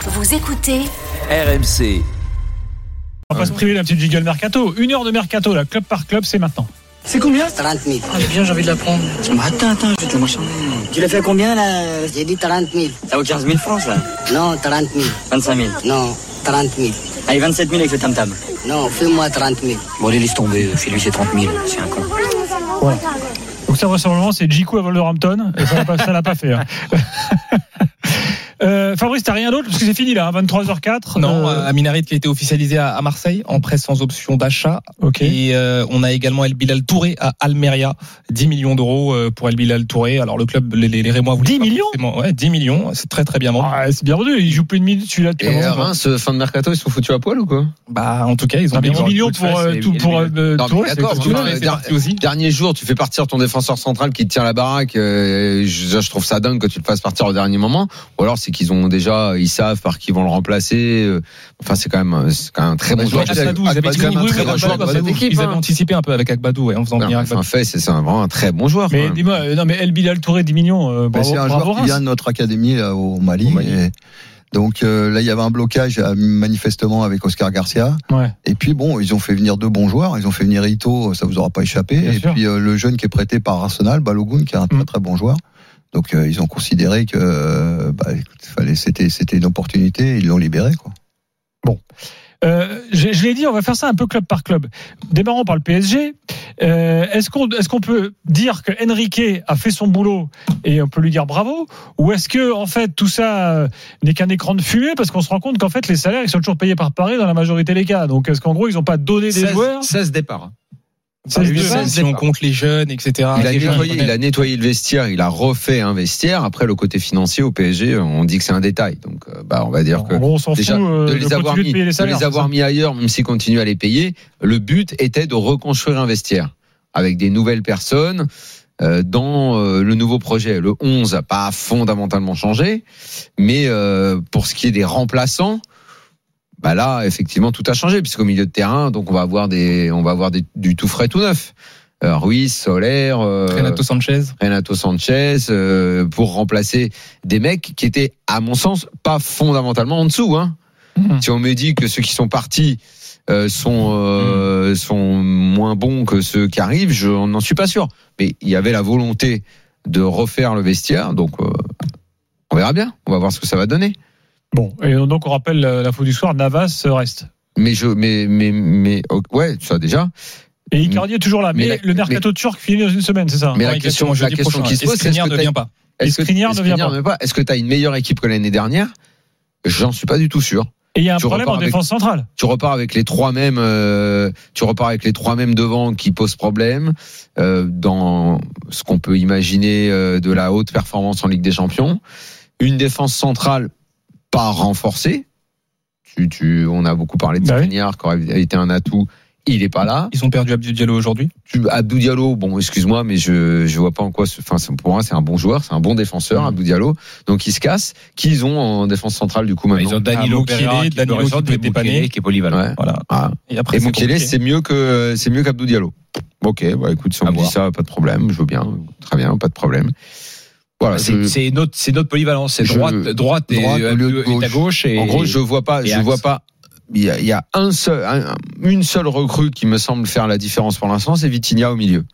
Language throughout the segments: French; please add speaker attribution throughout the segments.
Speaker 1: Vous écoutez
Speaker 2: RMC.
Speaker 3: On va pas se priver d'un petit jiggle mercato. Une heure de mercato, là, club par club, c'est maintenant.
Speaker 4: C'est combien ça
Speaker 5: 30 000.
Speaker 4: Ah, bien, j'ai envie de la prendre.
Speaker 5: Bah, attends, attends, je vais te le marchander.
Speaker 4: Tu l'as fait à combien là
Speaker 5: J'ai dit 30 000.
Speaker 4: Ça vaut 15 000 francs ça
Speaker 5: Non, 30 000.
Speaker 4: 25 000.
Speaker 5: Non, 30 000.
Speaker 4: Allez, 27 000 avec le tam-tam.
Speaker 5: Non, fais-moi 30 000.
Speaker 4: Bon, allez, laisse tomber. Fais-lui ses 30 000. C'est un con.
Speaker 3: Donc ça, vraisemblablement, c'est Jiku à Wolverhampton. Et ça l'a pas, ça l'a pas fait. hein. Euh, Fabrice, t'as rien d'autre Parce que c'est fini là, hein, 23h04.
Speaker 6: Non,
Speaker 3: Euh,
Speaker 6: à Minarit qui a été officialisé à à Marseille en prêt sans option d'achat.
Speaker 3: ok.
Speaker 6: Et euh, on a également El Bilal Touré à Almeria, 10 millions d'euros euh, pour El Bilal Touré. Alors le club, les, les, les Rémois, vous
Speaker 3: 10 millions
Speaker 6: Ouais, 10 millions, c'est très très bien vendu.
Speaker 3: Ah, c'est bien vendu, il joue plus de minute celui-là. hein. depuis
Speaker 7: Et
Speaker 3: longtemps.
Speaker 7: Reims, fin de mercato, ils sont foutus à poil ou quoi
Speaker 6: Bah en tout cas, ils ont
Speaker 3: Ah, mais
Speaker 6: bien
Speaker 3: 10
Speaker 6: vendu.
Speaker 3: millions
Speaker 6: Coup de
Speaker 3: pour,
Speaker 6: fesse,
Speaker 3: euh,
Speaker 6: et-
Speaker 3: tout-
Speaker 6: et-
Speaker 3: pour,
Speaker 6: et-
Speaker 3: euh,
Speaker 7: Non,
Speaker 3: Touré,
Speaker 7: mais
Speaker 3: c'est
Speaker 7: d'accord,
Speaker 3: parce
Speaker 6: parce que
Speaker 3: que-
Speaker 6: non, mais
Speaker 7: euh,
Speaker 6: c'est parti aussi.
Speaker 7: Dernier jour, tu fais partir ton défenseur central qui te tient la baraque. euh, je, je trouve ça dingue que tu le fasses partir au dernier moment. Ou alors c'est qu'ils ont déjà, ils savent par qui ils vont le remplacer. euh, Enfin, c'est quand même, euh, c'est quand même un très
Speaker 6: Bah,
Speaker 7: bon
Speaker 6: Ils
Speaker 7: joueur.
Speaker 6: avaient Agbadou, ils avaient
Speaker 7: c'est quand même un
Speaker 6: oui,
Speaker 7: très
Speaker 6: oui,
Speaker 7: bon
Speaker 6: Agbadou,
Speaker 7: joueur de cette
Speaker 6: Agbadou.
Speaker 7: équipe.
Speaker 6: Ils
Speaker 7: hein.
Speaker 6: avaient anticipé un peu avec Agbadou, ouais, en faisant venir
Speaker 7: Voilà,
Speaker 6: Agbadou.
Speaker 7: Enfin, fait, c'est c'est un- vraiment un très bon joueur.
Speaker 3: Mais
Speaker 7: quand même.
Speaker 3: dis-moi, euh, non mais El Bilal Touré 10 millions, euh,
Speaker 7: Bah,
Speaker 8: Ben,
Speaker 3: bravo,
Speaker 8: c'est un
Speaker 3: bravo
Speaker 8: joueur qui
Speaker 3: Reims.
Speaker 8: vient de notre académie là, au Mali.
Speaker 7: Au Mali.
Speaker 8: Et donc euh, là, il y avait un blocage euh, manifestement avec Oscar Garcia.
Speaker 3: Ouais.
Speaker 8: Et puis bon, ils ont fait venir deux bons joueurs. Ils ont fait venir Ito, ça vous aura pas échappé.
Speaker 3: Bien
Speaker 8: et
Speaker 3: sûr.
Speaker 8: puis euh, le jeune qui est prêté par Arsenal, Balogun, qui est un
Speaker 3: Mm.
Speaker 8: très très bon joueur. Donc euh, ils ont considéré que euh, bah, écoute, fallait, c'était c'était une opportunité. Ils l'ont libéré quoi.
Speaker 3: Euh, je je l'ai dit, on va faire ça un peu club par club. Démarrons par le PSG. Euh, est-ce qu'on est-ce qu'on peut dire que Enrique a fait son boulot et on peut lui dire bravo ou est-ce que en fait tout ça euh, n'est qu'un écran de fumée parce qu'on se rend compte qu'en fait les salaires ils sont toujours payés par Paris dans la majorité des cas. Donc est-ce qu'en gros ils n'ont pas donné des
Speaker 7: 16
Speaker 3: joueurs
Speaker 7: 16 départs.
Speaker 3: Ça, je
Speaker 6: Lui,
Speaker 3: sais pas.
Speaker 6: même si on compte les jeunes, etc.
Speaker 7: Il a,
Speaker 6: les jeunes,
Speaker 7: nettoyé, il a nettoyé le vestiaire, il a refait un vestiaire. Après, le côté financier au PSG, on dit que c'est un détail. Donc, euh, bah, on va dire que
Speaker 3: En gros, on s'en fout
Speaker 7: déjà,
Speaker 3: euh,
Speaker 7: de
Speaker 3: de,
Speaker 7: les avoir
Speaker 3: continuer
Speaker 7: mis,
Speaker 3: de payer les
Speaker 7: de
Speaker 3: salaires.
Speaker 7: les avoir mis ailleurs, même s'ils continuent à les payer. Le but était de reconstruire un vestiaire avec des nouvelles personnes euh, dans euh, le nouveau projet. Le 11 a pas fondamentalement changé, mais euh, pour ce qui est des remplaçants. Bah là, effectivement, tout a changé puisqu'au milieu de terrain, donc on va avoir des, on va avoir des- du tout frais, tout neuf. Euh, Ruiz, Solaire, euh,
Speaker 6: Renato Sanchez.
Speaker 7: Renato Sanchez euh, pour remplacer des mecs qui étaient, à mon sens, pas fondamentalement en dessous. Hein.
Speaker 3: Mhm.
Speaker 7: Si on me dit que ceux qui sont partis euh, sont
Speaker 3: Mmh.
Speaker 7: euh, sont moins bons que ceux qui arrivent, je n'en suis pas sûr. Mais il y avait la volonté de refaire le vestiaire, donc euh, on verra bien. On va voir ce que ça va donner.
Speaker 3: Bon, et donc on rappelle euh, l'info du soir, Navas euh, reste.
Speaker 7: Mais je, mais mais mais oh, ouais, ça déjà.
Speaker 3: Et Icardi est toujours là. Mais,
Speaker 7: Mm. Mais la-
Speaker 3: le mercato turc finit dans une semaine, c'est ça hein.
Speaker 7: Mais la
Speaker 6: Ouais,
Speaker 7: question-
Speaker 6: exactement,
Speaker 7: la
Speaker 6: jeudi
Speaker 7: question
Speaker 6: prochain.
Speaker 7: qui se
Speaker 6: Et
Speaker 7: pose, c'est est-ce
Speaker 6: Skriniar
Speaker 7: que
Speaker 6: ne
Speaker 7: t'as-
Speaker 6: vient pas.
Speaker 7: Est-ce que
Speaker 3: Skriniar ne vient
Speaker 7: Skriniar
Speaker 3: pas.
Speaker 7: ne pas Est-ce que tu as une meilleure équipe que l'année dernière J'en suis pas du tout sûr.
Speaker 3: Et il y a un
Speaker 7: tu
Speaker 3: problème en
Speaker 7: repars avec-
Speaker 3: défense centrale.
Speaker 7: tu repars avec les trois mêmes euh, tu repars avec les trois mêmes devant qui posent problème euh, dans ce qu'on peut imaginer euh, de la haute performance en Ligue des Champions une défense centrale pas renforcée tu, tu on a beaucoup parlé de
Speaker 3: Bah oui.
Speaker 7: Skriniar qui aurait été un atout il est pas là
Speaker 6: Ils ont perdu Abdou Diallo aujourd'hui.
Speaker 7: tu, Abdou Diallo, bon, excuse-moi, mais je je vois pas en quoi. ce- Enfin, c'est- pour moi, c'est un bon joueur, c'est un bon défenseur,
Speaker 3: Mm.
Speaker 6: Mhm.
Speaker 7: Abdou Diallo. Donc, il se casse. Qu'ils ont en défense centrale du coup maintenant
Speaker 9: Bah, Ils ont
Speaker 6: Ah,
Speaker 9: Danilo
Speaker 6: Mukele,
Speaker 9: Pereira qui
Speaker 6: Danilo
Speaker 9: peut ressortir,
Speaker 6: qui peut
Speaker 9: et Mukele
Speaker 6: dépanner.
Speaker 9: qui est polyvalent.
Speaker 7: Ouais.
Speaker 6: Voilà.
Speaker 7: Ah.
Speaker 6: Et après,
Speaker 7: Et
Speaker 6: c'est
Speaker 7: Mukele,
Speaker 6: compliqué.
Speaker 7: c'est mieux que c'est mieux qu'Abdou Diallo. Ok, bah écoute, si on
Speaker 9: À
Speaker 7: me dit
Speaker 9: voir.
Speaker 7: ça, pas de problème, je veux bien, très bien, pas de problème. Voilà.
Speaker 9: C'est
Speaker 7: je-
Speaker 9: Bah, c'est une autre, c'est une autre polyvalence. C'est
Speaker 7: Je-
Speaker 9: droite, droite, et,
Speaker 7: droite au lieu de
Speaker 9: et à gauche. Et,
Speaker 7: en gros, je vois pas,
Speaker 9: et
Speaker 7: je
Speaker 9: axe.
Speaker 7: vois pas. Il y a, il y a un seul, un- une seule recrue qui me semble faire la différence pour l'instant, c'est Vitinha au milieu.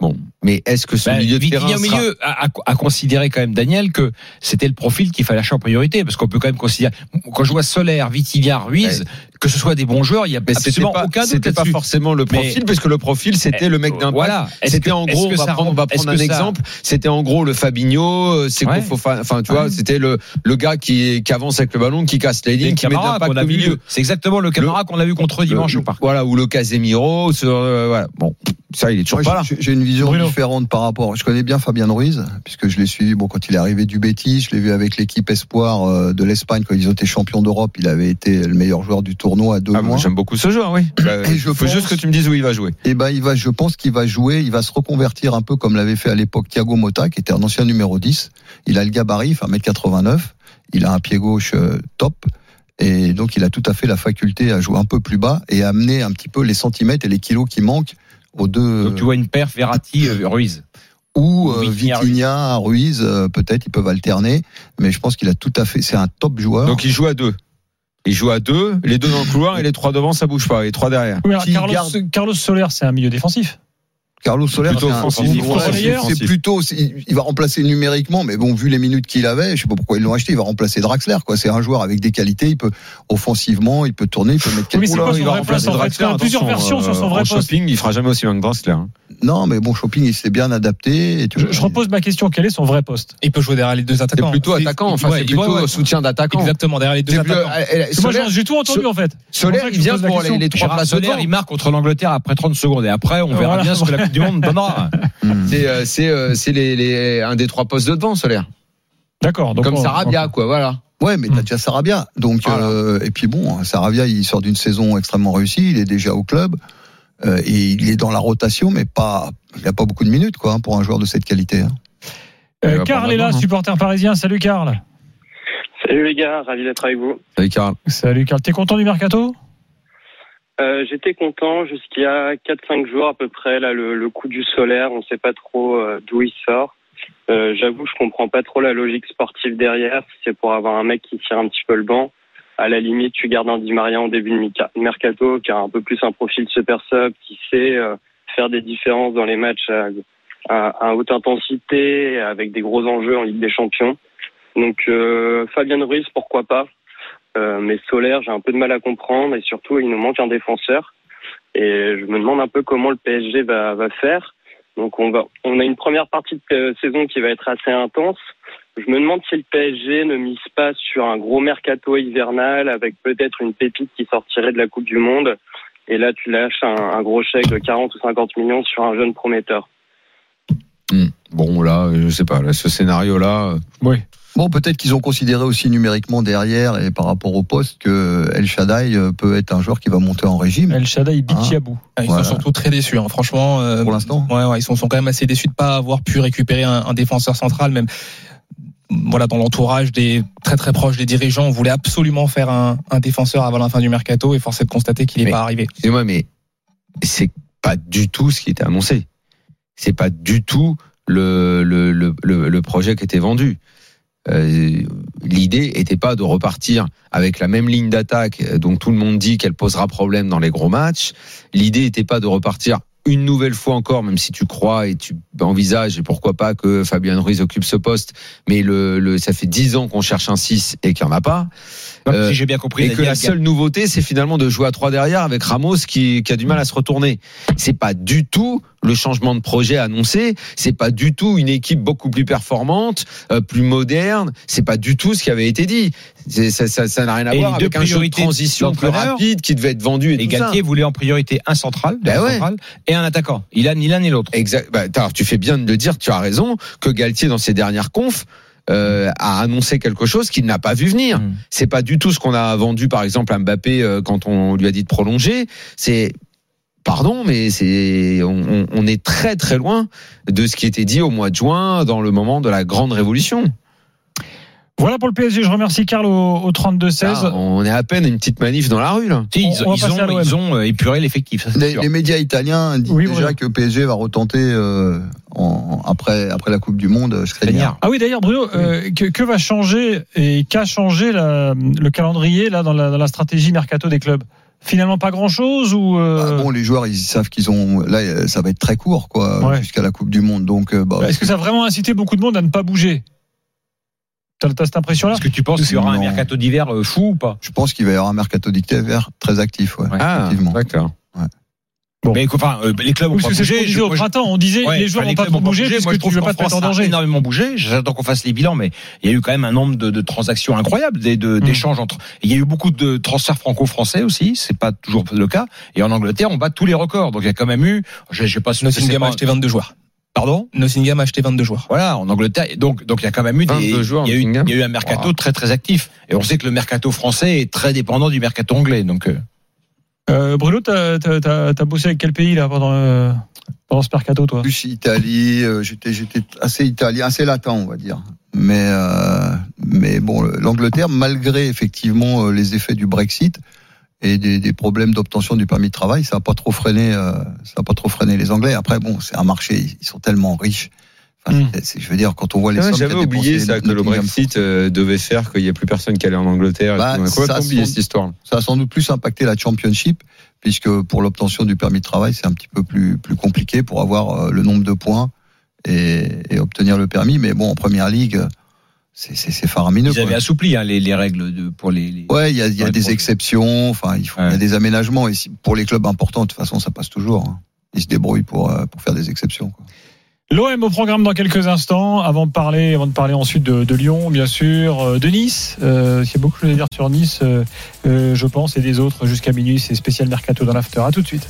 Speaker 7: Bon, mais est-ce que ce
Speaker 9: Ben,
Speaker 7: milieu de
Speaker 9: Vitinha
Speaker 7: terrain
Speaker 9: au
Speaker 7: sera-
Speaker 9: milieu a, a- a considéré quand même Daniel que c'était le profil qu'il fallait acheter en priorité parce qu'on peut quand même considérer quand je vois Solaire, Vitinha, Ruiz, que ce soit des bons joueurs, il y a
Speaker 7: Mais c'était
Speaker 9: absolument
Speaker 7: pas,
Speaker 9: aucun doute
Speaker 7: c'était pas
Speaker 9: là-dessus.
Speaker 7: forcément le profil,
Speaker 9: Mais- Eh,
Speaker 7: parce que le profil, c'était le mec d'impact.
Speaker 9: Voilà. Est-ce
Speaker 7: C'était
Speaker 9: que-
Speaker 7: en
Speaker 9: est-ce
Speaker 7: gros,
Speaker 9: que
Speaker 7: on va
Speaker 9: ça
Speaker 7: prendre, on
Speaker 9: rend-
Speaker 7: va
Speaker 9: est-ce
Speaker 7: prendre un
Speaker 9: que ça-
Speaker 7: exemple. C'était en gros le Fabinho, euh, c'est
Speaker 9: Ouais.
Speaker 7: Kofo- enfin tu vois,
Speaker 9: Ouais.
Speaker 7: c'était le le gars qui qui avance avec le ballon, qui casse les
Speaker 9: Les
Speaker 7: lignes, qui met de
Speaker 9: Camara
Speaker 7: l'impact
Speaker 9: qu'on a
Speaker 7: au
Speaker 9: vu-
Speaker 7: milieu.
Speaker 9: C'est exactement le Camara qu'on a vu contre dimanche
Speaker 7: Le-
Speaker 9: au parc.
Speaker 7: Voilà, ou le Casemiro, sur, euh, voilà. Bon, ça il est toujours
Speaker 8: Moi,
Speaker 7: pas là.
Speaker 8: j'ai- J'ai j'ai une vision
Speaker 3: Bruno.
Speaker 8: différente par rapport. Je connais bien Fabien Ruiz, puisque je l'ai suivi bon, quand il est arrivé du Betis. Je l'ai vu avec l'équipe Espoir euh, de l'Espagne quand ils ont été champions d'Europe. Il avait été le meilleur joueur du tournoi à deux
Speaker 7: Ah, moi,
Speaker 8: mois.
Speaker 7: j'aime beaucoup ce joueur, oui. Bah,
Speaker 8: Et je
Speaker 7: faut
Speaker 8: pense-
Speaker 7: juste que tu me dises où il va jouer.
Speaker 8: Et ben, il va, je pense qu'il va jouer, il va se reconvertir un peu comme l'avait fait à l'époque Thiago Motta, qui était un ancien numéro 10. Il a le gabarit, il fait 1m89, il a un pied gauche euh, top. Et donc, il a tout à fait la faculté à jouer un peu plus bas et à amener un petit peu les centimètres et les kilos qui manquent aux deux.
Speaker 9: Donc tu vois une perf Verratti, euh, Ruiz.
Speaker 8: ou euh,
Speaker 9: Vitinha,
Speaker 8: Vitinha, Ruiz, euh, peut-être ils peuvent alterner, mais je pense qu'il a tout à fait, c'est un top joueur.
Speaker 7: Donc il joue à deux. Il joue à deux, les deux dans le couloir et les trois devant, ça bouge pas. Et trois derrière.
Speaker 3: Oui, alors
Speaker 8: Qui
Speaker 3: Carlos,
Speaker 8: garde-
Speaker 3: Carlos Soler, c'est un milieu défensif.
Speaker 8: Carlos Soler,
Speaker 7: Plutôt
Speaker 8: c'est un-
Speaker 7: offensif,
Speaker 8: ouais,
Speaker 3: offensif,
Speaker 8: c'est- c'est
Speaker 7: offensif.
Speaker 8: plutôt, c'est- il il va remplacer numériquement, mais bon, vu les minutes qu'il avait, je sais pas pourquoi ils l'ont acheté, il va remplacer Draxler, quoi. C'est un joueur avec des qualités, il peut offensivement, il peut tourner, il peut mettre
Speaker 3: Oui, mais
Speaker 8: quelques
Speaker 3: c'est
Speaker 8: coups,
Speaker 3: quoi
Speaker 8: là,
Speaker 3: son
Speaker 8: il va
Speaker 3: vrai
Speaker 8: remplacer-
Speaker 3: place, en fait, parce qu'on a
Speaker 7: Draxler,
Speaker 3: plusieurs
Speaker 7: attention,
Speaker 3: versions sur son
Speaker 7: euh,
Speaker 3: vrai
Speaker 7: en
Speaker 3: poste.
Speaker 7: shopping, il fera jamais aussi bien que Draxler. hein.
Speaker 8: Non, mais bon, Shopping, il s'est bien adapté. Et tu
Speaker 3: Je,
Speaker 8: vois,
Speaker 3: je
Speaker 8: il-
Speaker 3: repose ma question quel est son vrai poste
Speaker 6: Il peut jouer derrière les deux
Speaker 7: C'est
Speaker 6: attaquants.
Speaker 7: plutôt attaquant, enfin,
Speaker 6: ouais,
Speaker 7: c'est
Speaker 6: il- ouais,
Speaker 7: plutôt
Speaker 6: ouais.
Speaker 7: soutien d'attaquant.
Speaker 6: Exactement, derrière les deux
Speaker 7: C'est plus-
Speaker 6: attaquants.
Speaker 7: euh, euh,
Speaker 3: Moi,
Speaker 7: Solaire-
Speaker 3: j'ai tout entendu en fait.
Speaker 7: Solaire,
Speaker 3: pour ça que
Speaker 7: il
Speaker 3: je
Speaker 7: vient
Speaker 3: pose la
Speaker 7: pour
Speaker 3: question.
Speaker 7: les, les trois
Speaker 6: Gérard
Speaker 7: places
Speaker 6: Soler,
Speaker 7: devant.
Speaker 6: il marque contre l'Angleterre après 30 secondes. Et après, on verra
Speaker 3: Voilà.
Speaker 6: bien ce que la Coupe du Monde donnera.
Speaker 8: Hmm.
Speaker 7: C'est euh, c'est euh, c'est les, les- un des trois postes de devant, Solaire.
Speaker 3: D'accord. donc
Speaker 7: Comme
Speaker 3: on-
Speaker 7: Sarabia, quoi, voilà.
Speaker 8: Ouais, mais
Speaker 3: Hmm.
Speaker 8: t'as déjà Sarabia. Donc,
Speaker 7: Voilà.
Speaker 8: euh, et puis bon, Sarabia, il sort d'une saison extrêmement réussie. Il est déjà au club. euh, et il est dans la rotation, mais pas, il a pas beaucoup de minutes, quoi, hein, pour un joueur de cette qualité. hein.
Speaker 7: Il
Speaker 3: Euh,
Speaker 7: va
Speaker 3: Karl
Speaker 7: prendre
Speaker 3: est
Speaker 7: la
Speaker 3: là,
Speaker 7: main, hein.
Speaker 3: supporter parisien. Salut Karl.
Speaker 1: Salut les gars, ravi d'être avec vous.
Speaker 7: Avec un-
Speaker 3: Salut Karl. T'es content du mercato
Speaker 1: Euh, J'étais content jusqu'il y a 4-5 jours à peu près, là, le, le coup du solaire, on ne sait pas trop euh, d'où il sort. Euh, J'avoue, je comprends pas trop la logique sportive derrière, si c'est pour avoir un mec qui tire un petit peu le banc. À la limite, tu gardes un Di Maria en début de mica- mercato, qui a un peu plus un profil super sub, qui sait euh, faire des différences dans les matchs à, à- à haute intensité, avec des gros enjeux en Ligue des Champions. Donc, euh, Fabien Ruiz, pourquoi pas Euh, mais Solaire, j'ai un peu de mal à comprendre et surtout, il nous manque un défenseur. Et je me demande un peu comment le PSG va, va faire. Donc, on, va, on a une première partie de euh, saison qui va être assez intense. Je me demande si le PSG ne mise pas sur un gros mercato hivernal avec peut-être une pépite qui sortirait de la Coupe du Monde. Et là, tu lâches un, un gros chèque de 40 ou 50 millions sur un jeune prometteur.
Speaker 7: Hmm. Bon, là, je sais pas, là, ce scénario-là. euh,
Speaker 8: Bon, peut-être qu'ils ont considéré aussi numériquement derrière et par rapport au poste que El Shaddai euh, peut être un joueur qui va monter en
Speaker 7: Hmm.
Speaker 8: régime
Speaker 3: El Shaddai
Speaker 7: Ah.
Speaker 3: Bichiabou.
Speaker 6: Ah, Ils
Speaker 8: Voilà.
Speaker 6: sont surtout très déçus, hein. franchement. euh,
Speaker 8: pour l'instant.
Speaker 6: Ouais, ouais, ils sont, sont quand même assez déçus de pas avoir pu récupérer un, un défenseur central, même. Voilà, dans l'entourage des très très proches des dirigeants, on voulait absolument faire un, un défenseur avant la fin du mercato et force est de constater qu'il n'est
Speaker 7: Mais-
Speaker 6: pas arrivé.
Speaker 7: Excusez-moi, mais c'est pas du tout ce qui était annoncé. C'est pas du tout le, le, le, le, le projet qui était vendu. Euh, L'idée était pas de repartir avec la même ligne d'attaque euh, dont tout le monde dit qu'elle posera problème dans les gros matchs. L'idée était pas de repartir une nouvelle fois encore, même si tu crois et tu envisages, et pourquoi pas que Fabien Ruiz occupe ce poste, mais le, le, ça fait dix ans qu'on cherche un 6 et qu'il n'y en a pas.
Speaker 6: Donc,
Speaker 7: Euh,
Speaker 6: si j'ai bien compris,
Speaker 7: Et que
Speaker 6: Daniel,
Speaker 7: la seule nouveauté, c'est finalement de jouer à trois derrière avec Ramos qui, qui a du mal à se retourner. C'est pas du tout le changement de projet annoncé. C'est pas du tout une équipe beaucoup plus performante, euh, plus moderne. C'est pas du tout ce qui avait été dit. C'est- Ça ça- ça n'a rien à
Speaker 6: Et
Speaker 7: voir
Speaker 6: les deux
Speaker 7: avec un jeu de
Speaker 6: priorités de
Speaker 7: transition plus
Speaker 6: l'entraîneur,
Speaker 7: rapide qui devait être vendu et,
Speaker 6: Et
Speaker 7: tout ça.
Speaker 6: Galtier voulait en priorité un central,
Speaker 7: Ben
Speaker 6: défenseur
Speaker 7: ouais.
Speaker 6: central, et un attaquant. Il a ni l'un ni l'autre.
Speaker 7: Exact. Bah, t'as- tu fais bien de le dire. Tu as raison que Galtier dans ses dernières confs. euh, a annoncé quelque chose qu'il n'a pas vu venir.
Speaker 6: Mm.
Speaker 7: C'est pas du tout ce qu'on a vendu par exemple à Mbappé euh, quand on lui a dit de prolonger. C'est pardon, mais c'est on, on- on est très très loin de ce qui était dit au mois de juin dans le moment de la grande révolution.
Speaker 3: Voilà pour le PSG. Je remercie Karl au, au 32-16.
Speaker 7: Là, Ah, on est à peine à une petite manif dans la rue là.
Speaker 3: On-
Speaker 6: Si, ils,
Speaker 3: on va
Speaker 6: ils
Speaker 3: passer à
Speaker 6: ont,
Speaker 3: l'OM.
Speaker 6: ils ont euh, épuré l'effectif. ça, c'est
Speaker 8: Les,
Speaker 6: sûr.
Speaker 8: les médias italiens disent
Speaker 3: Oui,
Speaker 8: déjà
Speaker 3: Bruno.
Speaker 8: que PSG va retenter euh, en- après, après la Coupe du Monde. euh, Skriniar.
Speaker 6: Skriniar.
Speaker 3: Ah oui, d'ailleurs, Bruno, euh, que, que va changer et qu'a changé la- le calendrier là dans la, dans la stratégie mercato des clubs Finalement, pas grand-chose ou euh,
Speaker 7: Bah,
Speaker 8: Ah bon, les joueurs, ils savent qu'ils ont. Là, euh, ça va être très court, quoi,
Speaker 3: Ouais.
Speaker 8: jusqu'à la Coupe du Monde. Donc, euh, bah,
Speaker 3: est-ce que ça a vraiment incité beaucoup de monde à ne pas bouger T'as t'as cette impression-là
Speaker 6: Est-ce que tu penses qu'il y aura un
Speaker 8: Non.
Speaker 6: mercato d'hiver euh, fou ou pas
Speaker 8: je pense qu'il va y avoir un mercato d'hiver très actif. Ouais.
Speaker 7: Ah,
Speaker 8: Effectivement.
Speaker 7: d'accord.
Speaker 3: Bon.
Speaker 6: Mais enfin, euh, les clubs ont
Speaker 3: Ou
Speaker 6: pas
Speaker 3: parce que c'est ce qu'on
Speaker 6: bougé.
Speaker 3: disait
Speaker 6: je-
Speaker 3: au
Speaker 6: moi, je-
Speaker 3: printemps, on disait
Speaker 6: Ouais,
Speaker 3: les joueurs
Speaker 6: enfin,
Speaker 3: n'ont pas
Speaker 6: clubs
Speaker 3: trop
Speaker 6: ont
Speaker 3: bougé
Speaker 6: bougé.
Speaker 3: parce
Speaker 6: Moi,
Speaker 3: que
Speaker 6: je
Speaker 3: tu
Speaker 6: trouve
Speaker 3: veux
Speaker 6: qu'en
Speaker 3: pas te
Speaker 6: France,
Speaker 3: mettre en
Speaker 6: ça a
Speaker 3: danger.
Speaker 6: énormément bougé. J'attends qu'on fasse les bilans, mais il y a eu quand même un nombre de, de transactions incroyables, des- de- d'échanges entre. Il y a eu beaucoup de transferts franco-français aussi. C'est pas toujours le cas. Et en Angleterre, on bat tous les records. Donc il y a quand même eu. Je sais pas. si- je sais
Speaker 9: Nottingham a
Speaker 6: pas-
Speaker 9: acheté 22 joueurs.
Speaker 6: Pardon.
Speaker 9: Nottingham a acheté 22 joueurs.
Speaker 6: Voilà, en Angleterre. Et Donc, donc il y a quand même eu des,
Speaker 7: 22 joueurs,
Speaker 6: il y a eu,
Speaker 7: Nottingham.
Speaker 6: il y a eu un mercato très très actif. Et on sait que le mercato français est très dépendant du mercato anglais. Donc, euh,
Speaker 3: Euh, Bruno, t'as t'as- t'as- t'as bossé avec quel pays là pendant, euh, pendant ce mercato, toi
Speaker 8: plus Italie, euh, j'étais j'étais assez italien, assez latin, on va dire. Mais euh, mais bon, le- l'Angleterre, malgré effectivement euh, les effets du Brexit et des, des problèmes d'obtention du permis de travail, ça a pas trop freiné, euh, ça a pas trop freiné les Anglais. Après, bon, c'est un marché, ils sont tellement riches Enfin,
Speaker 3: Mm.
Speaker 8: c'est- c'est- je veux dire, quand on voit les
Speaker 7: Hmm. Ah ouais,
Speaker 8: sommes
Speaker 7: J'avais
Speaker 8: qu'a
Speaker 7: oublié
Speaker 8: dépensé
Speaker 7: ça, que le
Speaker 8: Nottingham
Speaker 7: Brexit euh, devait faire qu'il n'y ait plus personne qui allait en Angleterre. et
Speaker 8: Bah,
Speaker 7: tout. On a complètement
Speaker 8: ça,
Speaker 7: oublié
Speaker 8: sans-
Speaker 7: cette histoire.
Speaker 8: Ça a sans doute plus impacté la Championship, puisque pour l'obtention du permis de travail, c'est un petit peu plus, plus compliqué pour avoir euh, le nombre de points et, et obtenir le permis. Mais bon, en première ligue, c'est c'est- c'est faramineux.
Speaker 6: Ils avaient
Speaker 8: quoi.
Speaker 6: assoupli hein, les, les règles de, pour les. les-
Speaker 8: Ouais, il y a, il y a
Speaker 6: Ouais,
Speaker 8: des
Speaker 6: pour-
Speaker 8: exceptions, enfin, il, faut, il y a
Speaker 6: Ouais.
Speaker 8: des aménagements. Et si- pour les clubs importants, de toute façon, ça passe toujours. hein. Ils se débrouillent pour, euh, pour faire des exceptions. quoi.
Speaker 3: L'OM au programme dans quelques instants, avant de parler, avant de parler ensuite de, de Lyon, bien sûr, euh, de Nice. Euh, il y a beaucoup de choses à dire sur Nice, euh, euh, je pense, et des autres jusqu'à minuit. C'est spécial mercato dans l'after. À tout de suite.